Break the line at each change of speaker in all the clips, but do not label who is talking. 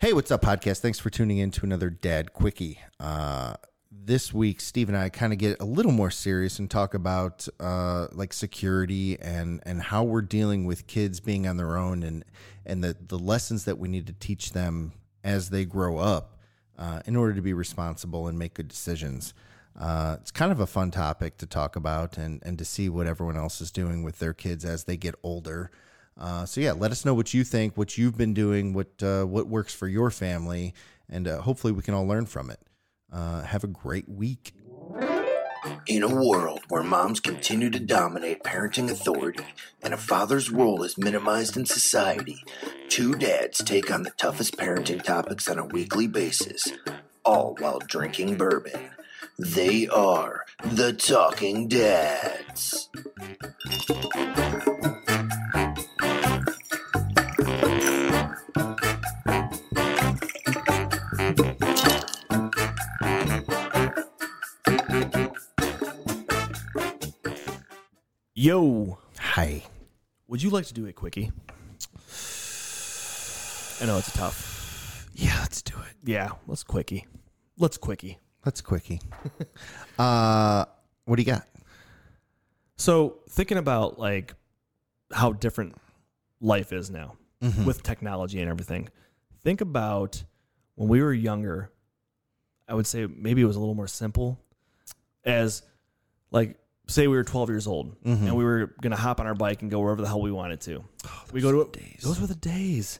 Hey, what's up, podcast? Thanks for tuning in to another Dad Quickie. Uh, this week, Steve and I kind of get a little more serious and talk about uh, like security and and how we're dealing with kids being on their own and and the the lessons that we need to teach them as they grow up uh, in order to be responsible and make good decisions. Uh, it's kind of a fun topic to talk about and and to see what everyone else is doing with their kids as they get older. Uh, so yeah, let us know what you think, what you've been doing, what uh, what works for your family, and uh, hopefully we can all learn from it. Uh, have a great week.
In a world where moms continue to dominate parenting authority and a father's role is minimized in society, two dads take on the toughest parenting topics on a weekly basis, all while drinking bourbon. They are the Talking Dads.
Yo,
Hi.
would you like to do it, Quickie? I know it's tough.
Yeah, let's do it.
Yeah, let's Quickie. Let's Quickie.
Let's quickie. uh, what do you got?
So, thinking about like how different life is now
Mm-hmm.
with technology and everything. Think about when we were younger. I would say maybe it was a little more simple as like say we were 12 years old
Mm-hmm.
and we were going to hop on our bike and go wherever the hell we wanted to.
Oh,
we go to days. Those were the days.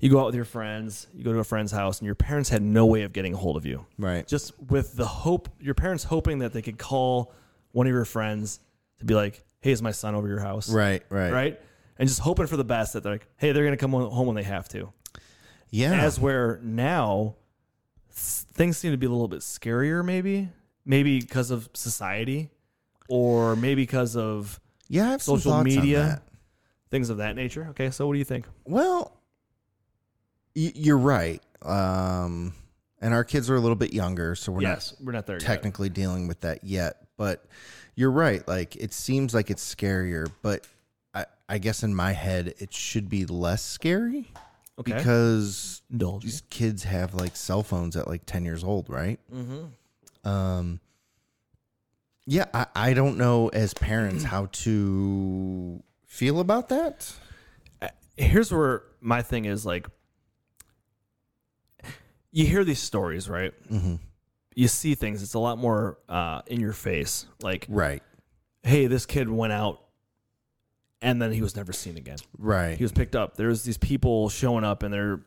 You go out with your friends, you go to a friend's house and your parents had no way of getting a hold of you
Right.
just with the hope your parents hoping that they could call one of your friends to be like hey is my son over your house
right. Right.
right and just hoping for the best that they're like hey they're gonna come home when they have to
Yeah.
as where now s- things seem to be a little bit scarier maybe maybe because of society or maybe because of
yeah. I have some
social
thoughts on
media.
that.
things of that nature okay so what do you think
Well, y- you're right. Um, and our kids are a little bit younger, so we're not
yes we're not there yet.
technically dealing with that yet. But you're right. Like it seems like it's scarier, but I, I guess in my head it should be less scary
okay
because
indulge me.
these kids have like cell phones at like ten years old, right? Mm-hmm. Um. Yeah, I, I don't know as parents how to feel about that.
here's where my thing is like you hear these stories right mm-hmm. you see things it's a lot more uh, in your face like
Right.
hey this kid went out and then he was never seen again
Right.
he was picked up there's these people showing up and they're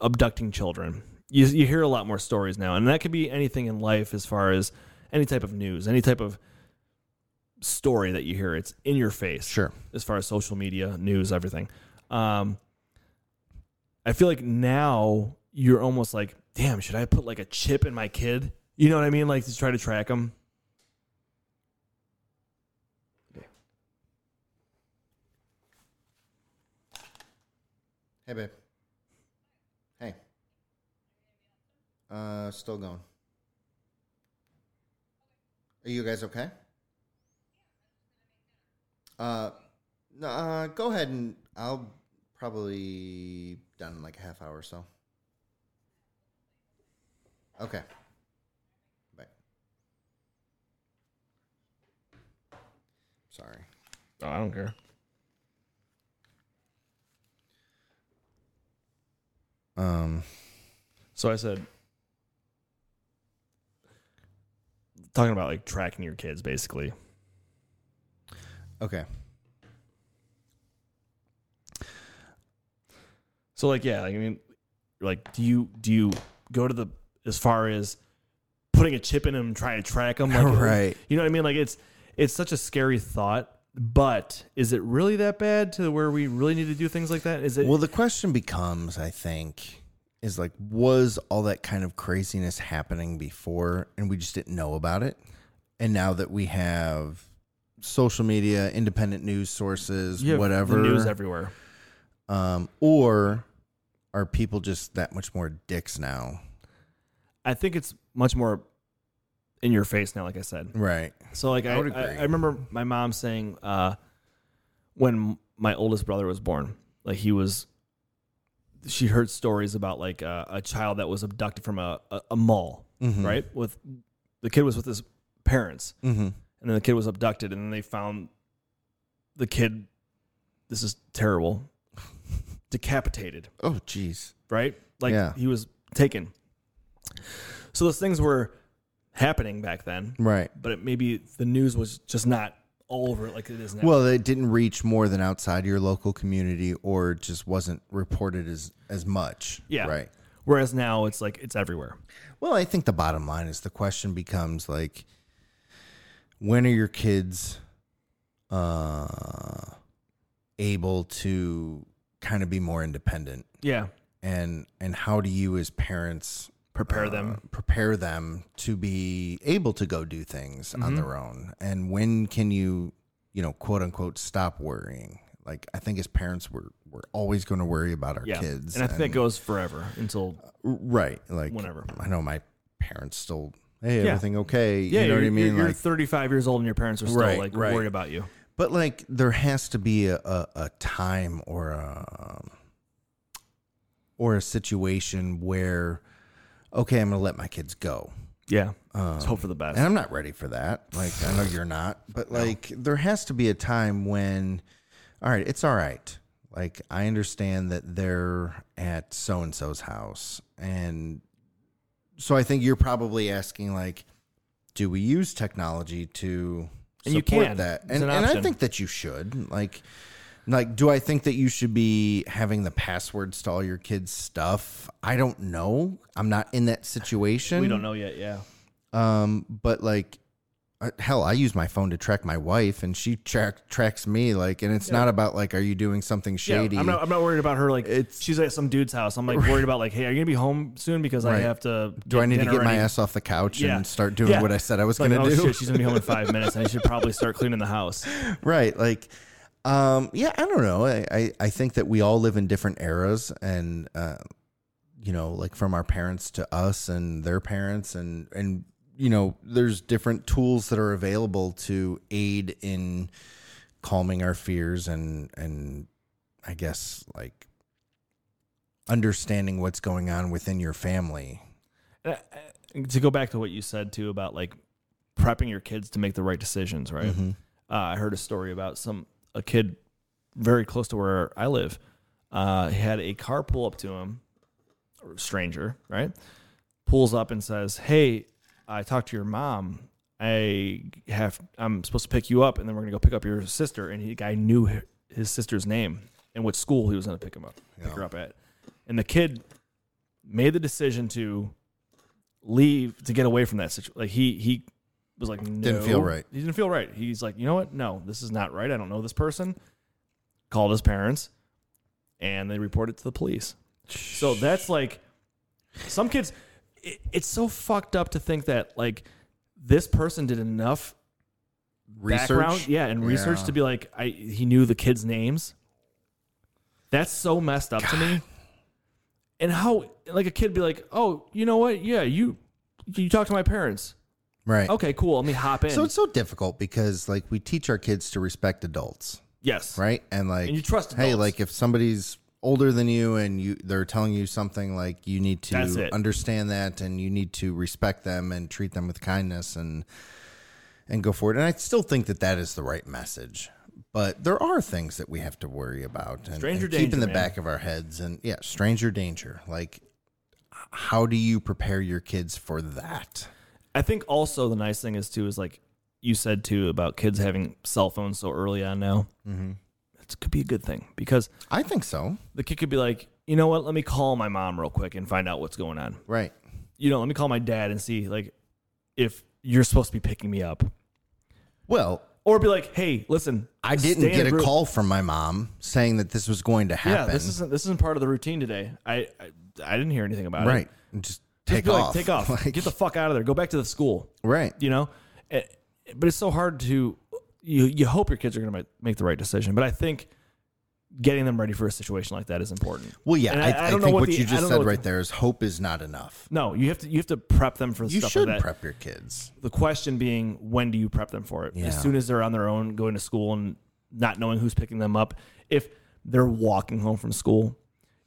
abducting children you, you hear a lot more stories now and that could be anything in life as far as any type of news any type of story that you hear it's in your face
sure.
as far as social media, news, everything. Um, I feel like now you're almost like, damn, should I put like a chip in my kid? You know what I mean? Like to try to track them.
Hey, babe. Hey. Uh, still going. Are you guys okay? Uh, no, uh, go ahead and I'll probably done in like a half hour or so. Okay. Bye. Sorry.
Oh, I don't care.
Um,
So I said, talking about like tracking your kids, basically.
okay.
So like, yeah, like, I mean, like, do you do you go to the as far as putting a chip in them, trying to track them, like,
Right.
You know what I mean? Like it's it's such a scary thought, but is it really that bad to where we really need to do things like that? Is it
Well, the question becomes, I think, is like, was all that kind of craziness happening before and we just didn't know about it? And now that we have social media, independent news sources,
you have
whatever,
the news everywhere?
um, or are people just that much more dicks now?
I think it's much more in your face now. Like I said,
Right.
So like I,
would
I,
agree.
I remember my mom saying uh, when my oldest brother was born, like he was she heard stories about like a, a child that was abducted from a, a, a mall, right? With the kid was with his parents,
Mm-hmm.
and then the kid was abducted, and then they found the kid. This is terrible. decapitated,
Oh, jeez.
right? Like
Yeah.
he was taken. So those things were happening back then,
Right.
but it, maybe the news was just not all over it like it is now.
Well, it didn't reach more than outside your local community, or just wasn't reported as as much.
yeah,
Right.
Whereas now it's like it's everywhere.
Well, I think the bottom line is the question becomes like, when are your kids uh, able to kind of be more independent,
Yeah,
and and how do you as parents
prepare
uh,
them.
prepare them to be able to go do things
Mm-hmm.
on their own, and when can you, you know, quote unquote, stop worrying? Like I think as parents, we're we're always going to worry about our
Yeah,
kids,
and I think it goes forever until
Right. Like
Whenever.
I know my parents still hey,
Yeah.
everything okay.
yeah.
you know what I
you're-
mean?
You're,
like
35 years old and your parents are still
Right,
like
right.
worried about you.
but like there has to be a, a, a time or a um, or a situation where okay, I'm gonna let my kids go.
Yeah, let's hope for the best.
And I'm not ready for that. Like I know you're not, but like there has to be a time when all right, it's all right. Like I understand that they're at so and so's house and so I think you're probably asking like do we use technology to
And you
support
can.
that?
It's
And
an
and I
option.
think that you should. Like like do I think that you should be having the passwords to all your kids stuff? I don't know. I'm not in that situation.
we don't know yet. Yeah,
Um, but like, uh, hell, I use my phone to track my wife, and she track tracks me. Like, and it's not about like, are you doing something shady?
Yeah, I'm not. I'm not worried about her. Like
It's-
she's at some dude's house. I'm like worried about like, hey, are you gonna be home soon? Because I
Right.
have to.
Do I need to
dinner
get my
ready.
ass off the couch
Yeah.
and start doing
Yeah.
what I said I was
It's like,
going
oh
to do?
shit, she's gonna be home in five minutes, and I should probably start cleaning the house.
right like um yeah i don't know I, I i think that we all live in different eras and uh you know like from our parents to us and their parents and and you know there's different tools that are available to aid in calming our fears and and i guess like understanding what's going on within your family
Uh, uh, to go back to what you said too about like prepping your kids to make the right decisions, right? Uh, I heard a story about some a kid very close to where I live uh, had a car pull up to him, or stranger, right? Pulls up and says, "Hey, I talked to your mom. I have I'm supposed to pick you up, and then we're gonna go pick up your sister." And he, the guy knew hi- his sister's name and what school he was gonna pick him up, pick her up at. And the kid made the decision to leave to get away from that situation. Like he he was like no.
feel right.
He didn't feel right. He's like, you know what? No, this is not right. I don't know this person. Called his parents, and they reported to the police. So that's like some kids. It, it's so fucked up to think that like this person did enough background,
research
yeah, and research
Yeah.
to be like, I he knew the kids' names. That's so messed up to me. And how like a kid be like, oh, you know what? Yeah, you you talk to my parents.
right
Okay, cool. Let me hop in.
so it's so difficult because like we teach our kids to respect adults
yes,
right? And like,
And you trust
Hey,
adults.
like if somebody's older than you and you they're telling you something, like you need
That's
to
it.
understand that and you need to respect them and treat them with kindness and and go forward. And I still think that that is the right message. But there are things that we have to worry about and,
Stranger
and keep
danger,
in the
man.
back of our heads. And yeah, stranger danger. Like, h- how do you prepare your kids for that?
I think also the nice thing is too is like you said too about kids having cell phones so early on now.
Mm-hmm.
It could be a good thing because
I think so.
the kid could be like, you know what? Let me call my mom real quick and find out what's going on.
Right.
You know, let me call my dad and see like if you're supposed to be picking me up,
Well,
or be like, hey, listen,
I didn't
stay in
get
the
a
group.
call from my mom saying that this was going to
Yeah,
happen.
this isn't this isn't part of the routine today. I I, I didn't hear anything about
right
it.
and just
Just
take
be like,
off
take off.
Like,
Get the fuck out of there. Go back to the school.
right
you know Eh, but it's so hard to you you hope your kids are going to make the right decision but i think getting them ready for a situation like that is important
well yeah
And
i, I,
don't know
think what
the-
you
I don't
just
know
said
what the-
right there is hope is not enough
no you have to you have to prep them for
you
stuff
should
like that
prep your kids
the question being when do you prep them for it
Yeah.
as soon as they're on their own going to school and not knowing who's picking them up if they're walking home from school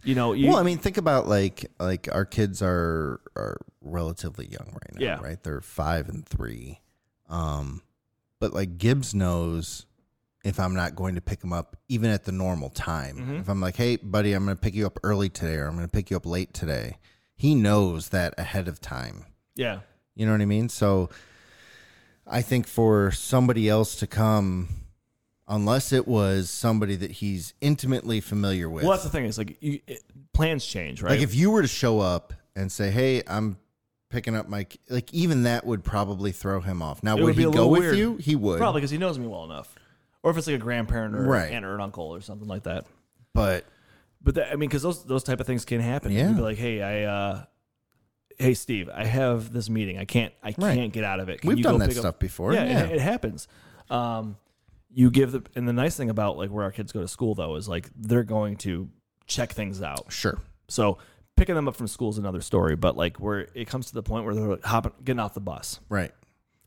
You know, you,
well, I mean, think about like like our kids are are relatively young right now,
Yeah.
right? They're five and three, um, but like Gibbs knows if I'm not going to pick him up even at the normal time.
Mm-hmm.
If I'm like, hey, buddy, I'm going to pick you up early today, or I'm going to pick you up late today, he knows that ahead of time.
yeah,
You know what I mean? So I think for somebody else to come, unless it was somebody that he's intimately familiar with,
Well, that's the thing. It's like you, it, plans change, right?
like if you were to show up and say, "Hey, I'm picking up my," k-" like even that would probably throw him off. Now,
It
would,
would be
he go
a little
with
weird.
you? He would
probably because he knows me well enough, or if it's like a grandparent or
Right.
an aunt or an uncle or something like that.
but
But that, I mean, because those those type of things can happen.
Yeah.
You'd be like, hey, I, uh, hey, Steve, I have this meeting. I can't, I
Right.
can't get out of it. Can
we've
you
done
go
that
pick up-
stuff before.
Yeah, It, it happens. Um, you give the and the nice thing about like where our kids go to school though is like they're going to check things out.
sure.
So picking them up from school is another story. But like where it comes to the point where they're like hopping, getting off the bus.
Right,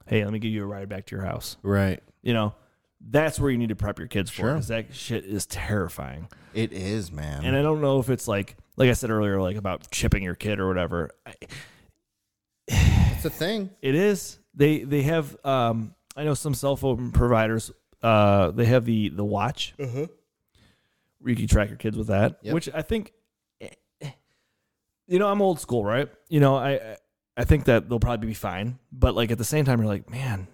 Hey, let me give you a ride back to your house.
right.
You know, that's where you need to prep your kids for
Sure.
because that shit is terrifying.
It is, man.
And I don't know if it's like like I said earlier, like about chipping your kid or whatever. I,
it's a thing.
It is. They they have. Um, I know some cell phone providers. Uh, they have the the watch. Where you can track your kids with that,
Yep.
which I think. You know, I'm old school, right? You know, I I- I think that they'll probably be fine, but like at the same time, you're like, man,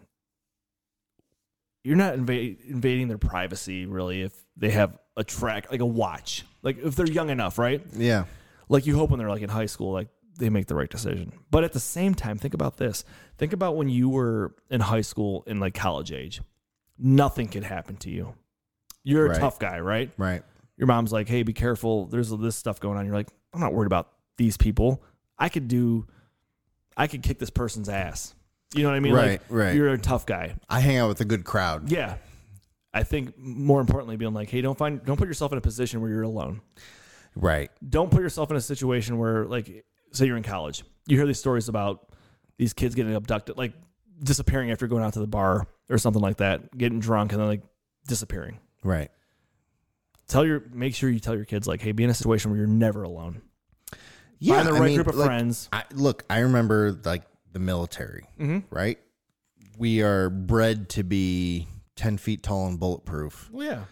you're not invade, invading their privacy really if they have a track like a watch, like if they're young enough, right?
Yeah,
like you hope when they're like in high school like they make the right decision but at the same time think about this think about when you were in high school and like college age nothing could happen to you you're
Right.
a tough guy right
right.
your mom's like hey be careful there's this stuff going on you're like i'm not worried about these people i could do i could kick this person's ass you know what i mean
Right,
like
right.
you're a tough guy
I hang out with a good crowd.
yeah i think more importantly being like hey don't find don't put yourself in a position where you're alone
Right.
don't put yourself in a situation where like say you're in college you hear these stories about these kids getting abducted like disappearing after going out to the bar or something like that getting drunk and then like disappearing
Right.
tell your make sure you tell your kids like hey be in a situation where you're never alone
Yeah.
find the
I
right
mean,
group of
like,
friends
I, look, I remember like the military,
Mm-hmm.
right? We are bred to be 10 feet tall and bulletproof.
well yeah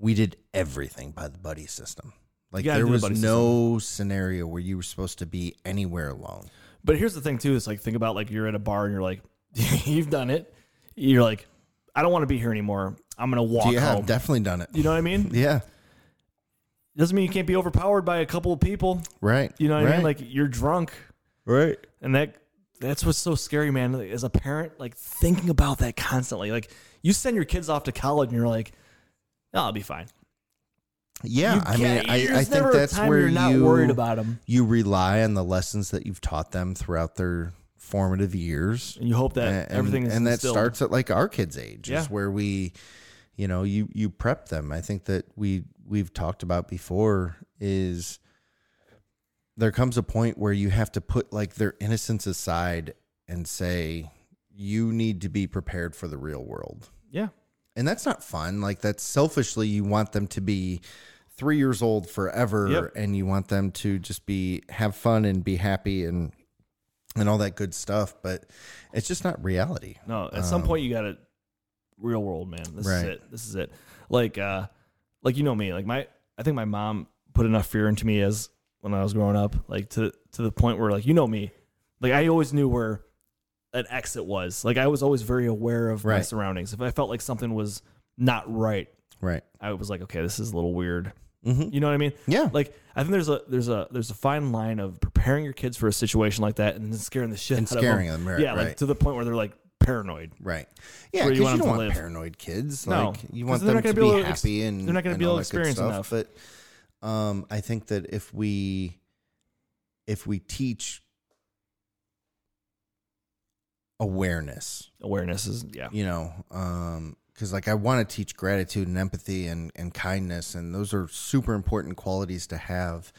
we did everything by the buddy system. Like
gotta
there
do the
was
buddy
no scenario where you were supposed to be anywhere alone.
but here's the thing too is like think about like you're at a bar and you're like you've done it you're like i don't want to be here anymore i'm gonna walk
yeah,
home
I've definitely done it.
you know what i mean
Yeah,
doesn't mean you can't be overpowered by a couple of people
right.
you know what
right.
i mean like you're drunk
right.
and that that's what's so scary man as a parent like thinking about that constantly like you send your kids off to college and you're like oh, i'll be fine
Yeah,
You
I mean,
can't-
I,
there's
I think
never a
that's
time
where
you're not
you-
worried about them
You rely on the lessons that you've taught them throughout their formative years.
and you hope that
and,
everything is
and that
instilled.
starts at like our kids' age
Yeah.
is where we, you know, you you prep them. I think that we we've talked about before is there comes a point where you have to put like their innocence aside and say you need to be prepared for the real world,
yeah
and that's not fun. Like that's selfishly you want them to be. Three years old forever,
Yep.
and you want them to just be have fun and be happy and and all that good stuff, but it's just not reality.
no at some point you gotta real world man this
Um,
is
Right.
it this is it like uh like you know me like my i think my mom put enough fear into me as when i was growing up like to to the point where like you know me like i always knew where an exit was like i was always very aware of my
Right.
surroundings if i felt like something was not right
Right.
I was like, okay, this is a little weird.
Mhm.
You know what I mean?
Yeah.
Like, I think there's a there's a there's a fine line of preparing your kids for a situation like that and then scaring the shit
And
out
scaring
of them.
them, right,
yeah,
right.
like to the point where they're like paranoid.
Right. Yeah,
Where
because you,
you
don't
want them to
want
live.
paranoid kids.
No,
like
'cause
you want
they're
them
not
to
gonna be
be
able to ex-
happy and
they're not gonna
and
be
all
able to
that good
experience
stuff. But um, I think that if we if we teach awareness,
Awareness is yeah.
you know, um, because like I want to teach gratitude and empathy and and kindness, and those are super important qualities to have.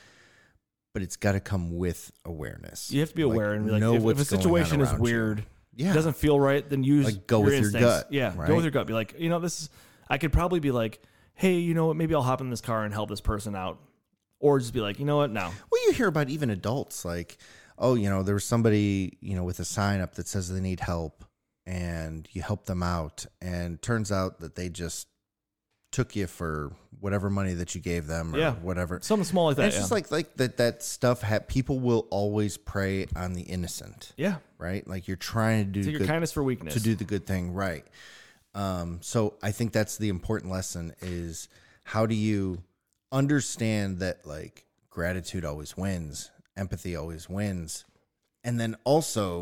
But it's got to come with awareness.
You have to be
Like,
aware and be like,
know
if, if
what's
a
going on
situation is
around you.
weird,
Yeah.
doesn't feel right, then use
Like, go with your
instincts.
gut,
Yeah,
right?
go with your gut. Be like, you know, this is. I could probably be like, hey, you know what? Maybe I'll hop in this car and help this person out. or just be like, you know what, no.
Well, you hear about even adults like, oh, you know, there was somebody, you know, with a sign up that says they need help and you help them out. And turns out that they just took you for whatever money that you gave them or
Yeah.
whatever.
Something small like that.
And it's
yeah.
just like like that that stuff ha- people will always prey on the innocent,
yeah,
right? Like you're trying to do
take your
good-
kindness for weakness.
to do the good thing right. Um, so I think that's the important lesson is how do you understand that like gratitude always wins, empathy always wins, and then also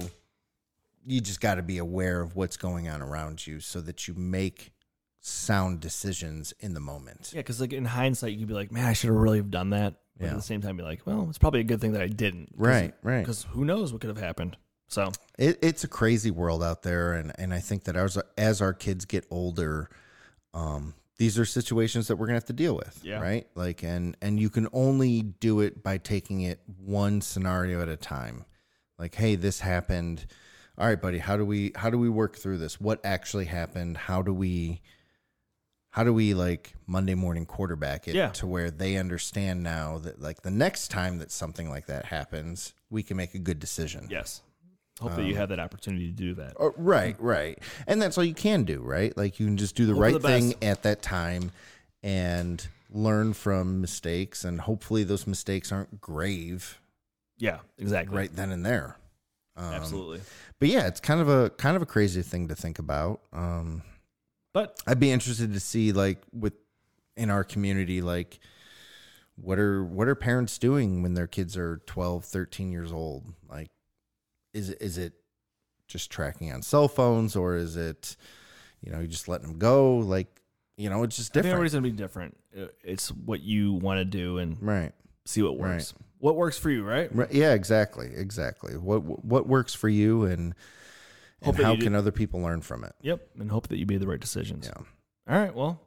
you just got to be aware of what's going on around you so that you make sound decisions in the moment.
Yeah, because like in hindsight, you'd be like, man, I should have really have done that. But
Yeah.
at the same time, be like, well, it's probably a good thing that I didn't.
Right, right.
Because who knows what could have happened. So
It, it's a crazy world out there, and and I think that as as our kids get older, um, these are situations that we're gonna have to deal with,
Yeah.
right? Like, and and you can only do it by taking it one scenario at a time. Like, hey, this happened. All right, buddy, how do we how do we work through this? What actually happened? How do we how do we like Monday morning quarterback it
Yeah.
to where they understand now that like the next time that something like that happens, we can make a good decision.
yes, hope that you
Um,
have that opportunity to do that.
Uh, right, right. And that's all you can do, right? Like you can just do the
Hope for
right
the
thing
best.
at that time and learn from mistakes and hopefully those mistakes aren't grave
Yeah, exactly.
right then and there. Um,
Absolutely.
But yeah, it's kind of a kind of a crazy thing to think about. Um
But
I'd be interested to see like with in our community like what are what are parents doing when their kids are 12, 13 years old? Like is it is it just tracking on cell phones or is it you know, you just letting them go like you know, it's just
I think
different.
everybody's gonna be different.
Uh,
It- It's what you want to do and
Right.
see what works. What works for you, right?
right. Yeah, exactly. Exactly. What what works for you and
Hope
and
that
how
you do-
can other people learn from it?
Yep. And hope that you made the right decisions.
Yeah.
All right. Well.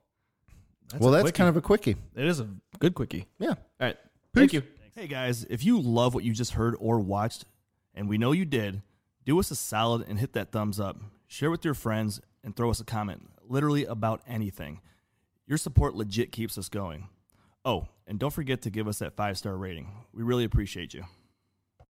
That's
well,
a
that's
quickie.
kind of a quickie.
It is a good quickie.
Yeah.
All right. Thank
Peace.
you.
Hey guys, if you love what you just heard or watched, and we know you did, do us a solid and hit that thumbs up. Share with your friends and throw us a comment, literally about anything. Your support legit keeps us going. Oh, and don't forget to give us that five star rating. We really appreciate you.